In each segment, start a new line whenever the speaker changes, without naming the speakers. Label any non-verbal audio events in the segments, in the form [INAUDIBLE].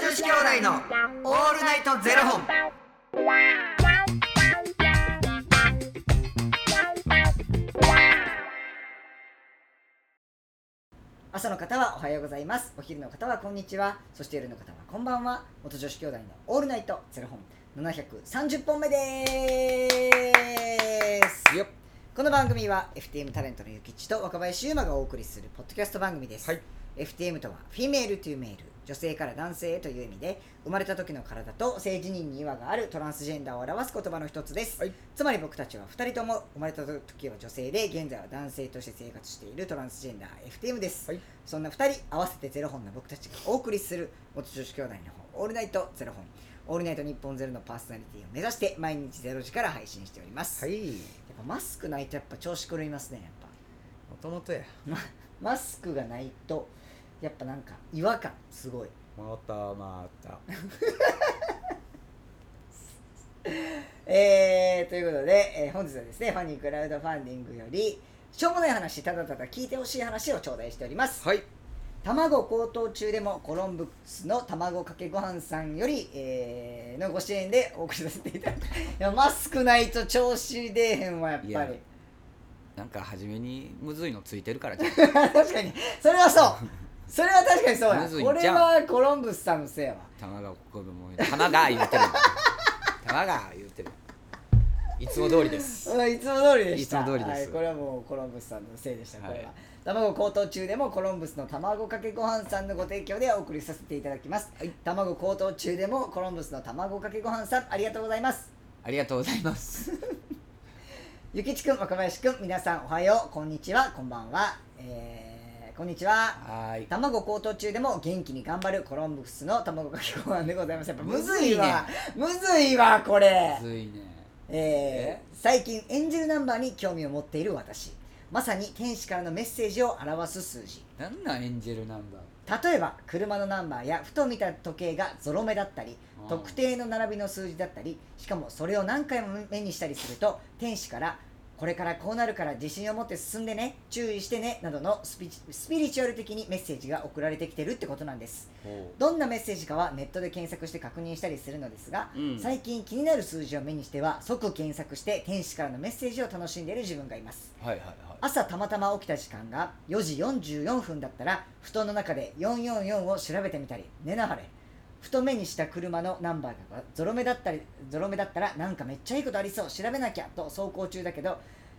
子兄弟のオールナイトゼロ本。
朝の方はおはようございますお昼の方はこんにちはそして夜の方はこんばんは元女子兄弟のオールナイトゼロ本730本目です
よっ
この番組は FTM タレントのゆきちと若林優馬がお送りするポッドキャスト番組です、
はい
FTM とはフィメールというメール女性から男性へという意味で生まれた時の体と性自認に違和があるトランスジェンダーを表す言葉の一つです、
はい
つまり僕たちは2人とも生まれた時は女性で現在は男性として生活しているトランスジェンダー FTM です、
はい
そんな2人合わせてゼロ本の僕たちがお送りする元女子兄弟の本「オールナイトゼロ本」「オールナイト日本ゼロのパーソナリティを目指して毎日ゼロ時から配信しております、
は
やっ
い。
ぱマスクないとやっぱ調子狂いますねやっぱ
もともとや。
[LAUGHS] マスクがないとやっぱなんか違和感すごい
回った回った。
えー、ということで、えー本日はですねファニークラウドファンディングよりしょうもない話ただただ聞いてほしい話を頂戴しております
はい。
卵高騰中でもコロンブスの卵かけご飯さんより、えーのご支援でお送りさせていただ [LAUGHS] いたいやマスクないと調子出えへんわやっ
い
ぱ
や
り
なんか初めにむずいのついてるからじゃん。 [LAUGHS]
確かにそれはそうそれは確かにそう
むずい
やこ
んちゃう
れはコロンブスさんのせいやわ
玉がここでもう玉が言うてる。玉が言うてる。いつも通りです。
うんいつも通りでした
いつも通りです
はい、これはもうコロンブスさんのせいでしたこれは、
はい
卵高騰中でもコロンブスの卵かけご飯さんのご提供でお送りさせていただきます、卵高騰中でもコロンブスの卵かけご飯さんありがとうございます
ありがとうございます。
ゆきちくん若林くん皆さんおはようこんにちはこんばんは、えー、こんにちは
はーい。
卵高騰中でも元気に頑張るコロンブスの卵かけご飯でございますやっぱむずいわむずいわこれ
むずいね。
え
え
ー最近演じるナンバーに興味を持っている私まさに天使からのメッセージを表す数字
なんなんエンジェルナンバー。
例えば車のナンバーやふと見た時計がゾロ目だったり
うん
特定の並びの数字だったりしかもそれを何回も目にしたりすると天使から「これからこうなるから自信を持って進んでね注意してね」などのスピスピリチュアル的にメッセージが送られてきてるってことなんです
ほう
どんなメッセージかはネットで検索して確認したりするのですが、
うん
最近気になる数字を目にしては即検索して天使からのメッセージを楽しんでいる自分がいます
はいはいはい。
朝たまたま起きた時間が4時44分だったら布団の中で444を調べてみたり寝なはれふと目にした車のナンバーがゾロ目だったりゾロ目だったらなんかめっちゃいいことありそう調べなきゃと走行中だけど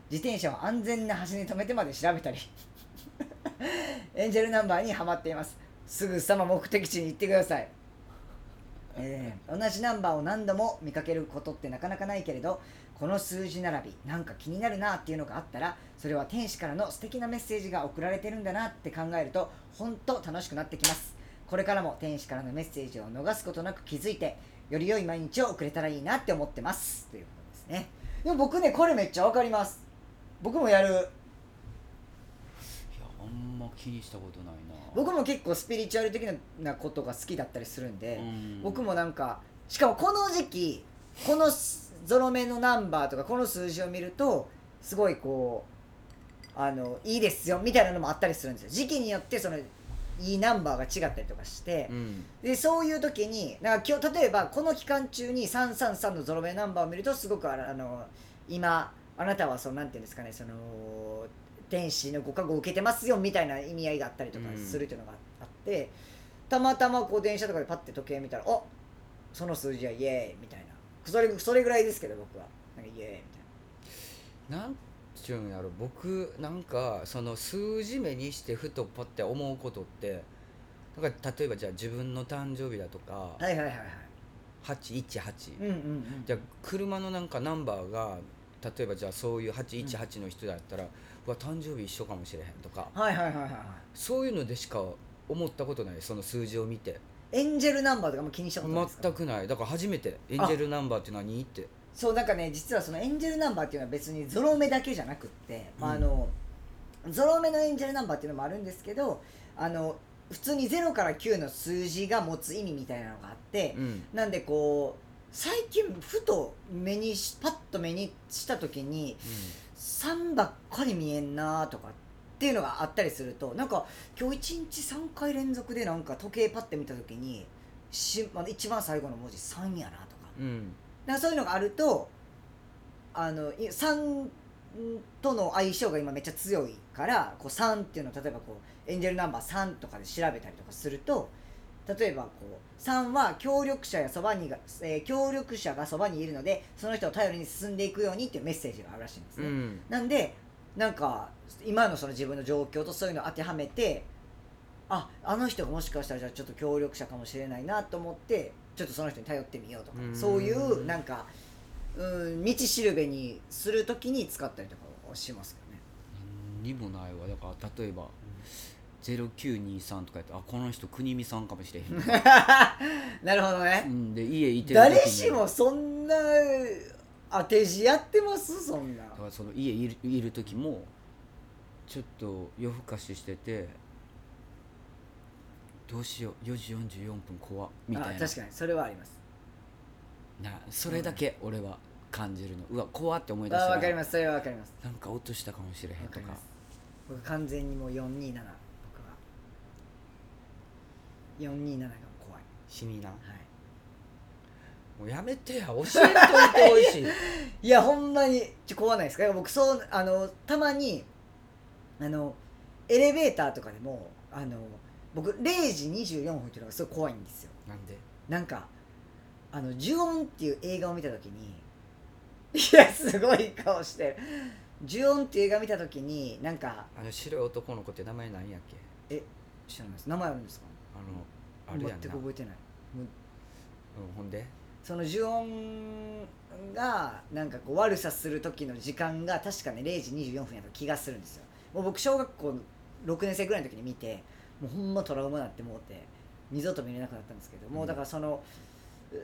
自転車を安全な端に止めてまで調べたりエンジェルナンバーにはまっていますすぐさま目的地に行ってくださいえー同じナンバーを何度も見かけることってなかなかないけれどこの数字並びなんか気になるなっていうのがあったらそれは天使からの素敵なメッセージが送られてるんだなって考えると本当楽しくなってきますこれからも天使からのメッセージを逃すことなく気づいてより良い毎日を送れたらいいなって思ってますということですねでも僕ねこれめっちゃわかります僕もやる
いやあんま気にしたことないな。
僕も結構スピリチュアル的なことが好きだったりするんで、
うん
僕もなんかしかもこの時期このすゾロ目のナンバーとかこの数字を見るとすごいこうあのいいですよみたいなのもあったりするんですよ時期によってそのいいナンバーが違ったりとかして
う、ん。
でそういう時になんか今日例えばこの期間中に333のゾロ目ナンバーを見るとすごくあらあの今あなたはそのなんていうんですかねその天使のご加護を受けてますよみたいな意味合いがあったりとかするというのがあって、たまたまこう電車とかでパッて時計見たら「おその数字はイエーイ」みたいなそれそれぐらいですけど僕はなんかイエーイみ
なんちゅうんやろ僕なんかその数字目にしてふとパって思うことってなんか例えばじゃあ自分の誕生日だとか
たいなはいはいはいはい
818、
うんうんうん
じゃあ車のなんかナンバーが例えばじゃあそういう818の人だったら、うわ誕生日一緒かもしれへんとか
はいはいはいはいはい
そういうのでしか思ったことないその数字を見て
エンジェルナンバーとかも気にしたことないですか
全くないだから初めてエンジェルナンバーって何って
そうなんかね実はそのエンジェルナンバーっていうのは別にゾロ目だけじゃなくって、まあ、
うん
あのゾロ目のエンジェルナンバーっていうのもあるんですけどあの普通に0から9の数字が持つ意味みたいなのがあって、
うん
なんでこう最近ふと目にしパッと目にした時に3ばっかり見えんなとかっていうのがあったりするとなんか今日1日3回連続でなんか時計パッて見た時にし、まあ、一番最後の文字3やなとか
うん
なんかそういうのがあるとあのい3との相性が今めっちゃ強いからこう3っていうのを例えばこうエンジェルナンバー3とかで調べたりとかすると例えばこう3は協力者やそばにが、えー協力者がそばにいるのでその人を頼りに進んでいくようにっていうメッセージがあるらしいんです
う
ね。
ん
なんでなんか今のその自分の状況とそういうのを当てはめてああの人がもしかしたらじゃあちょっと協力者かもしれないなと思ってちょっとその人に頼ってみようとか
うん
そういうなんかうん道しるべにするときに使ったりとかはしますけどね。
[LAUGHS] 何にもないわだから例えば0923とかやったらあこの人国見さんかもしれへ
[LAUGHS]
ん
なるほど
う
ね。
んで家いてる時に
誰しもそんな当て字やってますそんな。
だからその家いるいる時もちょっと夜更かししててどうしよう4時44分怖っみたい
あ
な
確かにそれはあります。
なそれだけ俺は感じるのうわ怖って思い出し
あ
た
わかり
ら
ますそれはわかります。
なんか落としたかもしれへん
わか
と
り
か
ます僕完全にもう427僕は427が怖い
死にな
は
もうやめてや教えといて
[LAUGHS]
ほしい
いいやほんまにちょ怖ないですか僕そうあのたまにあのエレベーターとかでもあの僕0時24分っていうのがすごい怖いんですよ
なんで
なんかあの「呪音」っていう映画を見た時にいやすごい顔してる呪音っていう映画見た時になんか
あの白い男の子って名前なんやっけ
知らないです名前あるんですか
あのあれやんな
全く覚えてないもう
うん、ほんで
その呪音がなんかこう悪さする時の時間が確かね0時24分やった気がするんですよもう僕小学校6年生ぐらいの時に見てもうほんまトラウマになってもうて二度と見れなくなったんですけど、もうだからそのう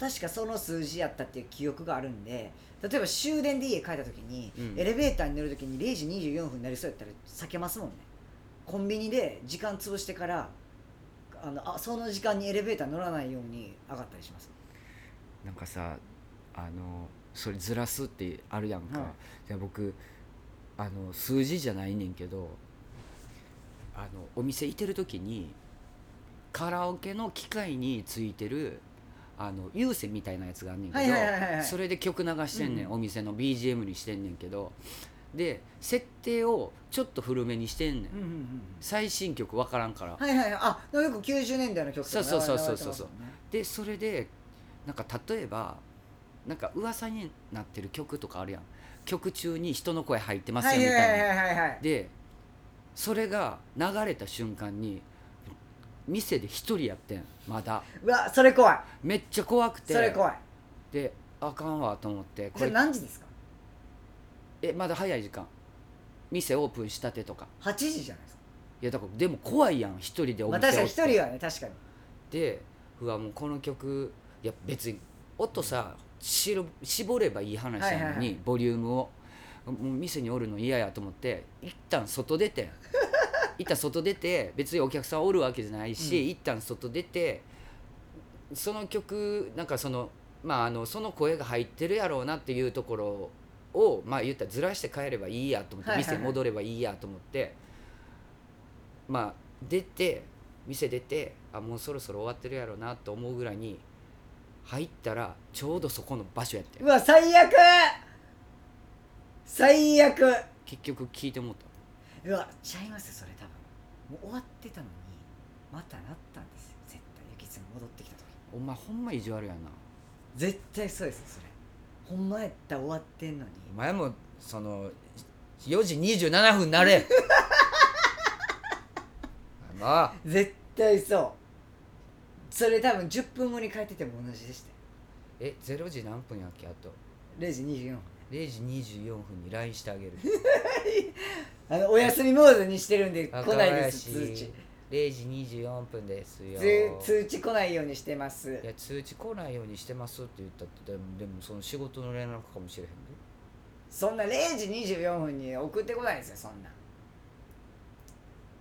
確かその数字やったっていう記憶があるんで例えば終電で家帰った時に、
うん
エレベーターに乗る時に0時24分になりそうやったら避けますもんねコンビニで時間潰してからあのあその時間にエレベーター乗らないように上がったりします
なんかさあのそれずらすってあるやんか、
はい
じゃあ僕あの数字じゃないねんけどあのお店行ってる時にカラオケの機械についてるあの有線みたいなやつがあんねんけど、
はいはいはいはいはい
それで曲流してんねん、
うん
お店の BGM にしてんねんけどで設定をちょっと古めにしてんねん、
うんうんうん
最新曲分からんから、
はいはいはいあよく90年代の曲とか
そうそうそう
流れてますもんね
でそれでなんか例えばなんか噂になってる曲とかあるやん曲中に人の声入ってます
は
よ
い
み
は
た
い
いな
はいはいはい
でそれが流れた瞬間に店で一人やってんまだ
うわそれ怖い
めっちゃ怖くて
それ怖い
であかんわと思ってこ
それ
れ
何時ですか
えまだ早い時間店オープンしたてとか
8時じゃないですか
いやだからでも怖いやん一人でお
まあ
店
確か
お
に一
っ
人
て
はね確かに
でうわもうこの曲いや別に音さしろ絞ればいい話なのに、
はいはいはい
ボリュームをもう店におるの嫌やと思って一旦外
[LAUGHS]
出て一旦外出て別にお客さんおるわけじゃないし、
うん
一旦外出てその曲なんかそのまああのその声が入ってるやろうなっていうところをまあ言ったらずらして帰ればいいやと思って、
はいはいはい
店戻ればいいやと思ってまあ出て店出てあもうそろそろ終わってるやろうなと思うぐらいに入ったらちょうどそこの場所やって
うわ最悪最悪
結局聞いてもうた
うわちゃいますよそれ多分もう終わってたのにまたなったんですよ絶対ゆきつが戻ってきた時
お前ほんま意地悪やな
絶対そうですよそれほんまやったら終わってんのに
お前もその4時27分にな [LAUGHS] れまあ
絶対そうそれ多分10分後に帰ってても同じでしたよ
え0時何分やっけあと
0時24分
0時24分に LINE してあげる
あのお休みモードにしてるんで [LAUGHS]
[LAUGHS]
来
あ
ないです
かわい
通
らし
知
0時24分ですよ
通通知来ないようにしてます
いや通知来ないようにしてますって言ったってでもでもその仕事の連絡かもしれへんで
そんな0時24分に送ってこないですよそんな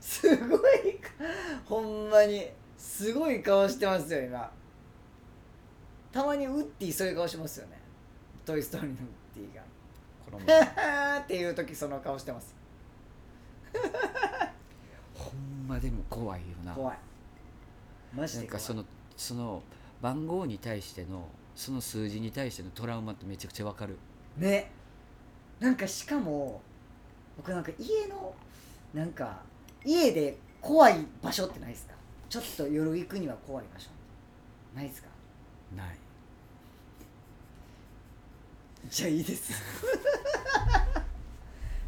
すごいかほんまにすごい顔してますよ今たまにウッディそういう顔しますよね「トイ・ストーリー」のウッディが
この
「
前
[LAUGHS] っていう時その顔してます
ほんまでも怖いよな
怖いマジ
な
で
んか
怖い
そのその番号に対してのその数字に対してのトラウマってめちゃくちゃわかる
ねなんかしかも僕なんか家のなんか家で怖い場所ってないですかちょっと夜行くには怖い場所ないですか
ない
じゃあいいです [LAUGHS]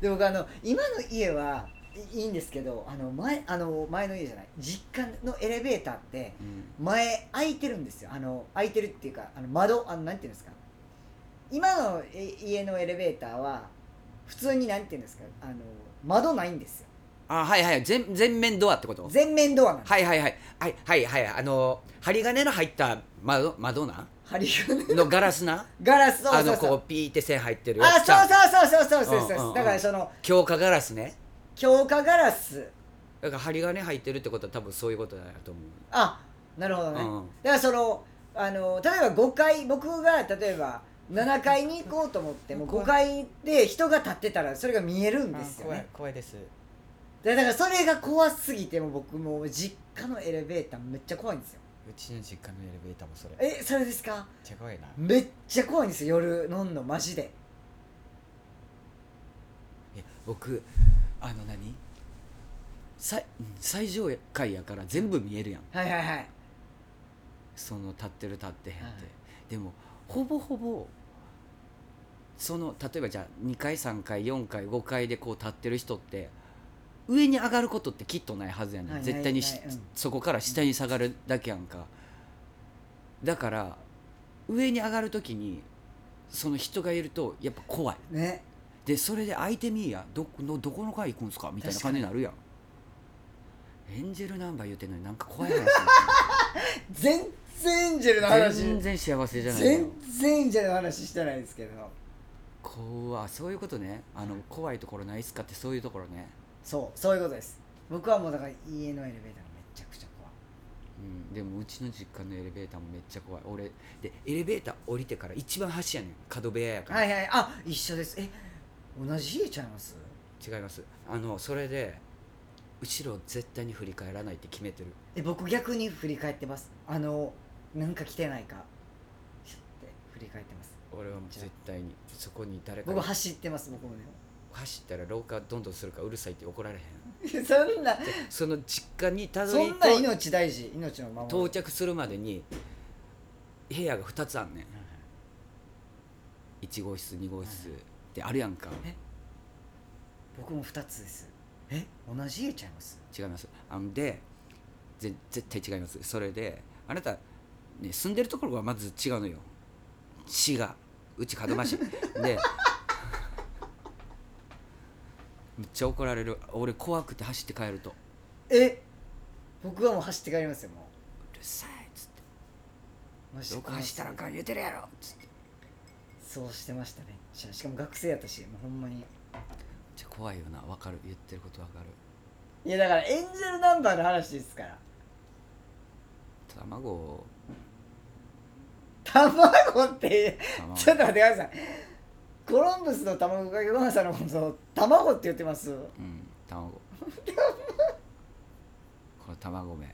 で僕あの今の家はいいいんですけどあの前あの前の家じゃない実家のエレベーターって
うん
前開いてるんですよあの開いてるっていうかあの窓あのなんていうんですか今のえ家のエレベーターは普通になんていうんですかあの窓ないんですよ
あはいはい全全面ドアってこと
全面ドアなんです
はいはいはいはいはいはいあの針金の入った窓窓な
針金
のガラスな
ガラスを [LAUGHS]
あ
そ
の
うそ
こ
う
うピーって線入ってる
あ
やつちゃん
そうそうそうそうそうそう
うんうん
そううんだからその
強化ガラスね
強化ガラス
だから針金入ってるってことは多分そういうことだと思う
あなるほどね、
うん
だからそのあの例えば5階僕が例えば7階に行こうと思っても
怖
5
い
階で人が立ってたらそれが見えるんですよ
怖い
ね
怖いです
でだからそれが怖すぎてもう僕もう実家のエレベーターめっちゃ怖いんですよ
うちの実家のエレベーターもそれめっ
えそれですか
ちゃ怖いな
めっちゃ怖いんですよ夜飲んのマジで
え僕あの何最最上階やから全部見えるやん
はいはいはい
その立ってる立ってへんって、
はい
でもほぼほぼその例えばじゃあ2階3階4階5階でこう立ってる人って上に上がることってきっとないはずやねん、
はい
絶対にし
ないないうん
そこから下に下がるだけやんかだから上に上がる時にその人がいるとやっぱ怖い
ね
でそれで相手見いやどこのどこの階行くんすかみたいな感じになるやんエンジェルナンバー言うてんのになんか怖
[LAUGHS]
い話になって
全然エンジェルの
る
話
全然幸せじゃないやん
全然エンジェルの話してないですけど
怖いそういうことねあの怖いところないっすかってそういうところね、
そうそういうことです僕はもうだから家のエレベーターがめちゃくちゃ怖い
うん、でもうちの実家のエレベーターもめっちゃ怖い俺でエレベーター降りてから一番端やねん角部屋やから、
はいはいあ一緒ですえ同じ家ちゃいます
違いますあのそれで後ろ絶対に振り返らないって決めてる
え僕逆に振り返ってますあのなんか来てないかシュッて振り返ってます
俺はもう絶対にそこに誰か
僕
が
走ってます僕もね
走ったら廊下どんどんするからうるさいって怒られへ
[LAUGHS]
ん
そんな
でその実家にたど
そ
り
んな命大事命の守り
到着するまでに部屋が2つあんねん1号室2号室ってあるやんか
僕も2つですえ同じ家ちゃいます
違いますあんでぜ絶対違いますそれであなた、ね、住んでるところがまず違うのよ市がうち門真
[LAUGHS]
市で [LAUGHS] めっちゃ怒られる俺怖くて走って帰ると「う
え僕はもう走って帰りますよも
るさい」っつって
うマ
「どこ走ったらあかん言うてるやろ」っつってめっ
そうしてましたねししかも学生やったしもうほんまに
ちゃ怖いよなわかる言ってることわかる
いやだからエンジェルナンバーの話ですから
卵
卵って
卵
ちょっと待ってください。コロンブスの卵かけご飯さんのこと、卵って言ってます。
うん
[LAUGHS]
卵この卵め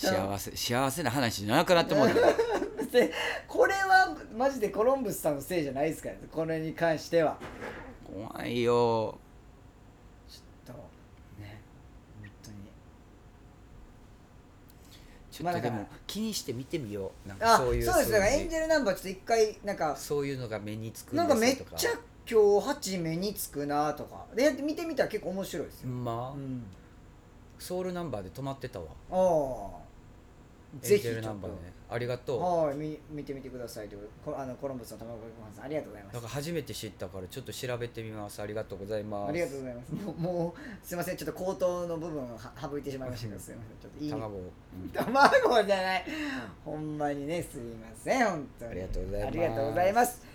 卵
幸せ幸せな話じゃなくなってもうた
で、これはマジでコロンブスさんのせいじゃないですから、これに関しては。
怖いよ
とね、本当に。
ちょ
ま
っ
あ
と
だから
でも気にして見てみようなん
あ、
か
そ
そうう
で
いう
す。だから
数字
エンジェルナンバーちょっと一回、なんか、
そういうのが目につく
なんかめっ
ですと
ちゃ今日八目につくなとか。で、見てみたら結構面白いです
ほ
よ。
んま
うん。
ソウルナンバーで止まってたわ
ああ。
エ
ぜ
ン
ひ
ジ
ち
ェ
ょ
ル
っ
ナ
と
ンバーねありがと
はい、み見てみてくださいというこあのコロンブスの卵かけご飯さんありがとうございま
う
す
なんか初めて知ったからちょっと調べてみますありがとうございます
ありがとうございます。もう、もうすみません、ちょっと口頭の部分をは省いてしまいま
[LAUGHS]
したけど、すみません、ちょっといい。
卵、うん
卵じゃない。ほんまにね、すみません、本当に。
ありがとうございます
ありがとうございます。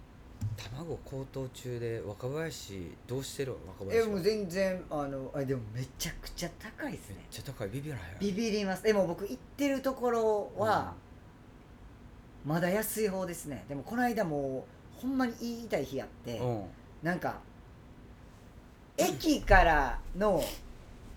卵高騰中で若林どうしてる若林
え
は
もう
めっ
全然あのあでもめちゃくちゃ高いですね
ちゃ高いビビらへん
ビビりますでも僕行ってるところは、まだ安い方ですねでもこの間もうほんまに言いたい日あって、
うん
なんか駅からの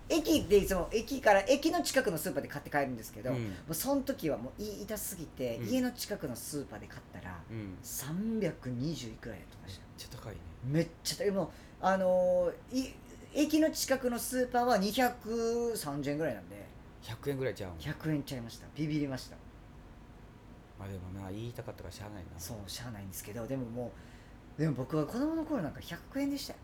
駅っていつも駅から駅の近くのスーパーで買って帰るんですけど、
う
も
ん
うその時はもう言い痛すぎて、
うん
家の近くのスーパーで買ったら
うん
320いくらやってま
めっ
した
ちゃ高いね
めっちゃ高いもうあのーい駅の近くのスーパーは230円ぐらいなんで
100円ぐらいじゃうん
100円ちゃいましたビビりました
まあでもな言いたかったからしゃあないな
そうしゃあないんですけどでももうでも僕は子供の頃なんか100円でしたよ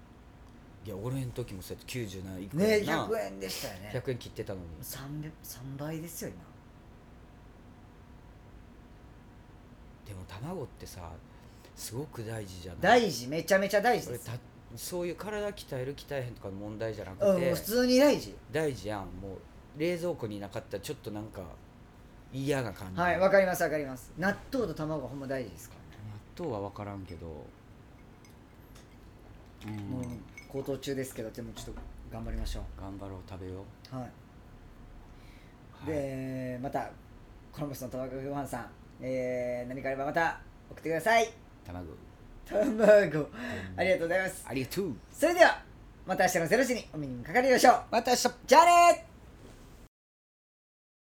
いや俺の時もそうやって90何いくら
ね
な
100円でしたよね
100円切ってたのに
3, 3倍ですよ今
でも卵ってさすごく大事じゃない
大事めちゃめちゃ大事
俺
です
たそういう体鍛える鍛えへんとかの問題じゃな
うん
くて、
もう普通に大事
大事やんもう冷蔵庫になかったらちょっとなんか嫌な感じ、
はいわかりますわかります納豆と卵がほんま大事ですからね、
納豆は分からんけどうん、
もう高騰中ですけどでもちょっと頑張りましょ
頑張ろう食べよ
うはい、
うはい
でまたコロンブスの卵ご飯さん、えー、何かあればまた送ってください
卵
卵ありがとうございます
ありがとう
それではまた明日の0時にお目にかかりましょうまた明日じゃあねー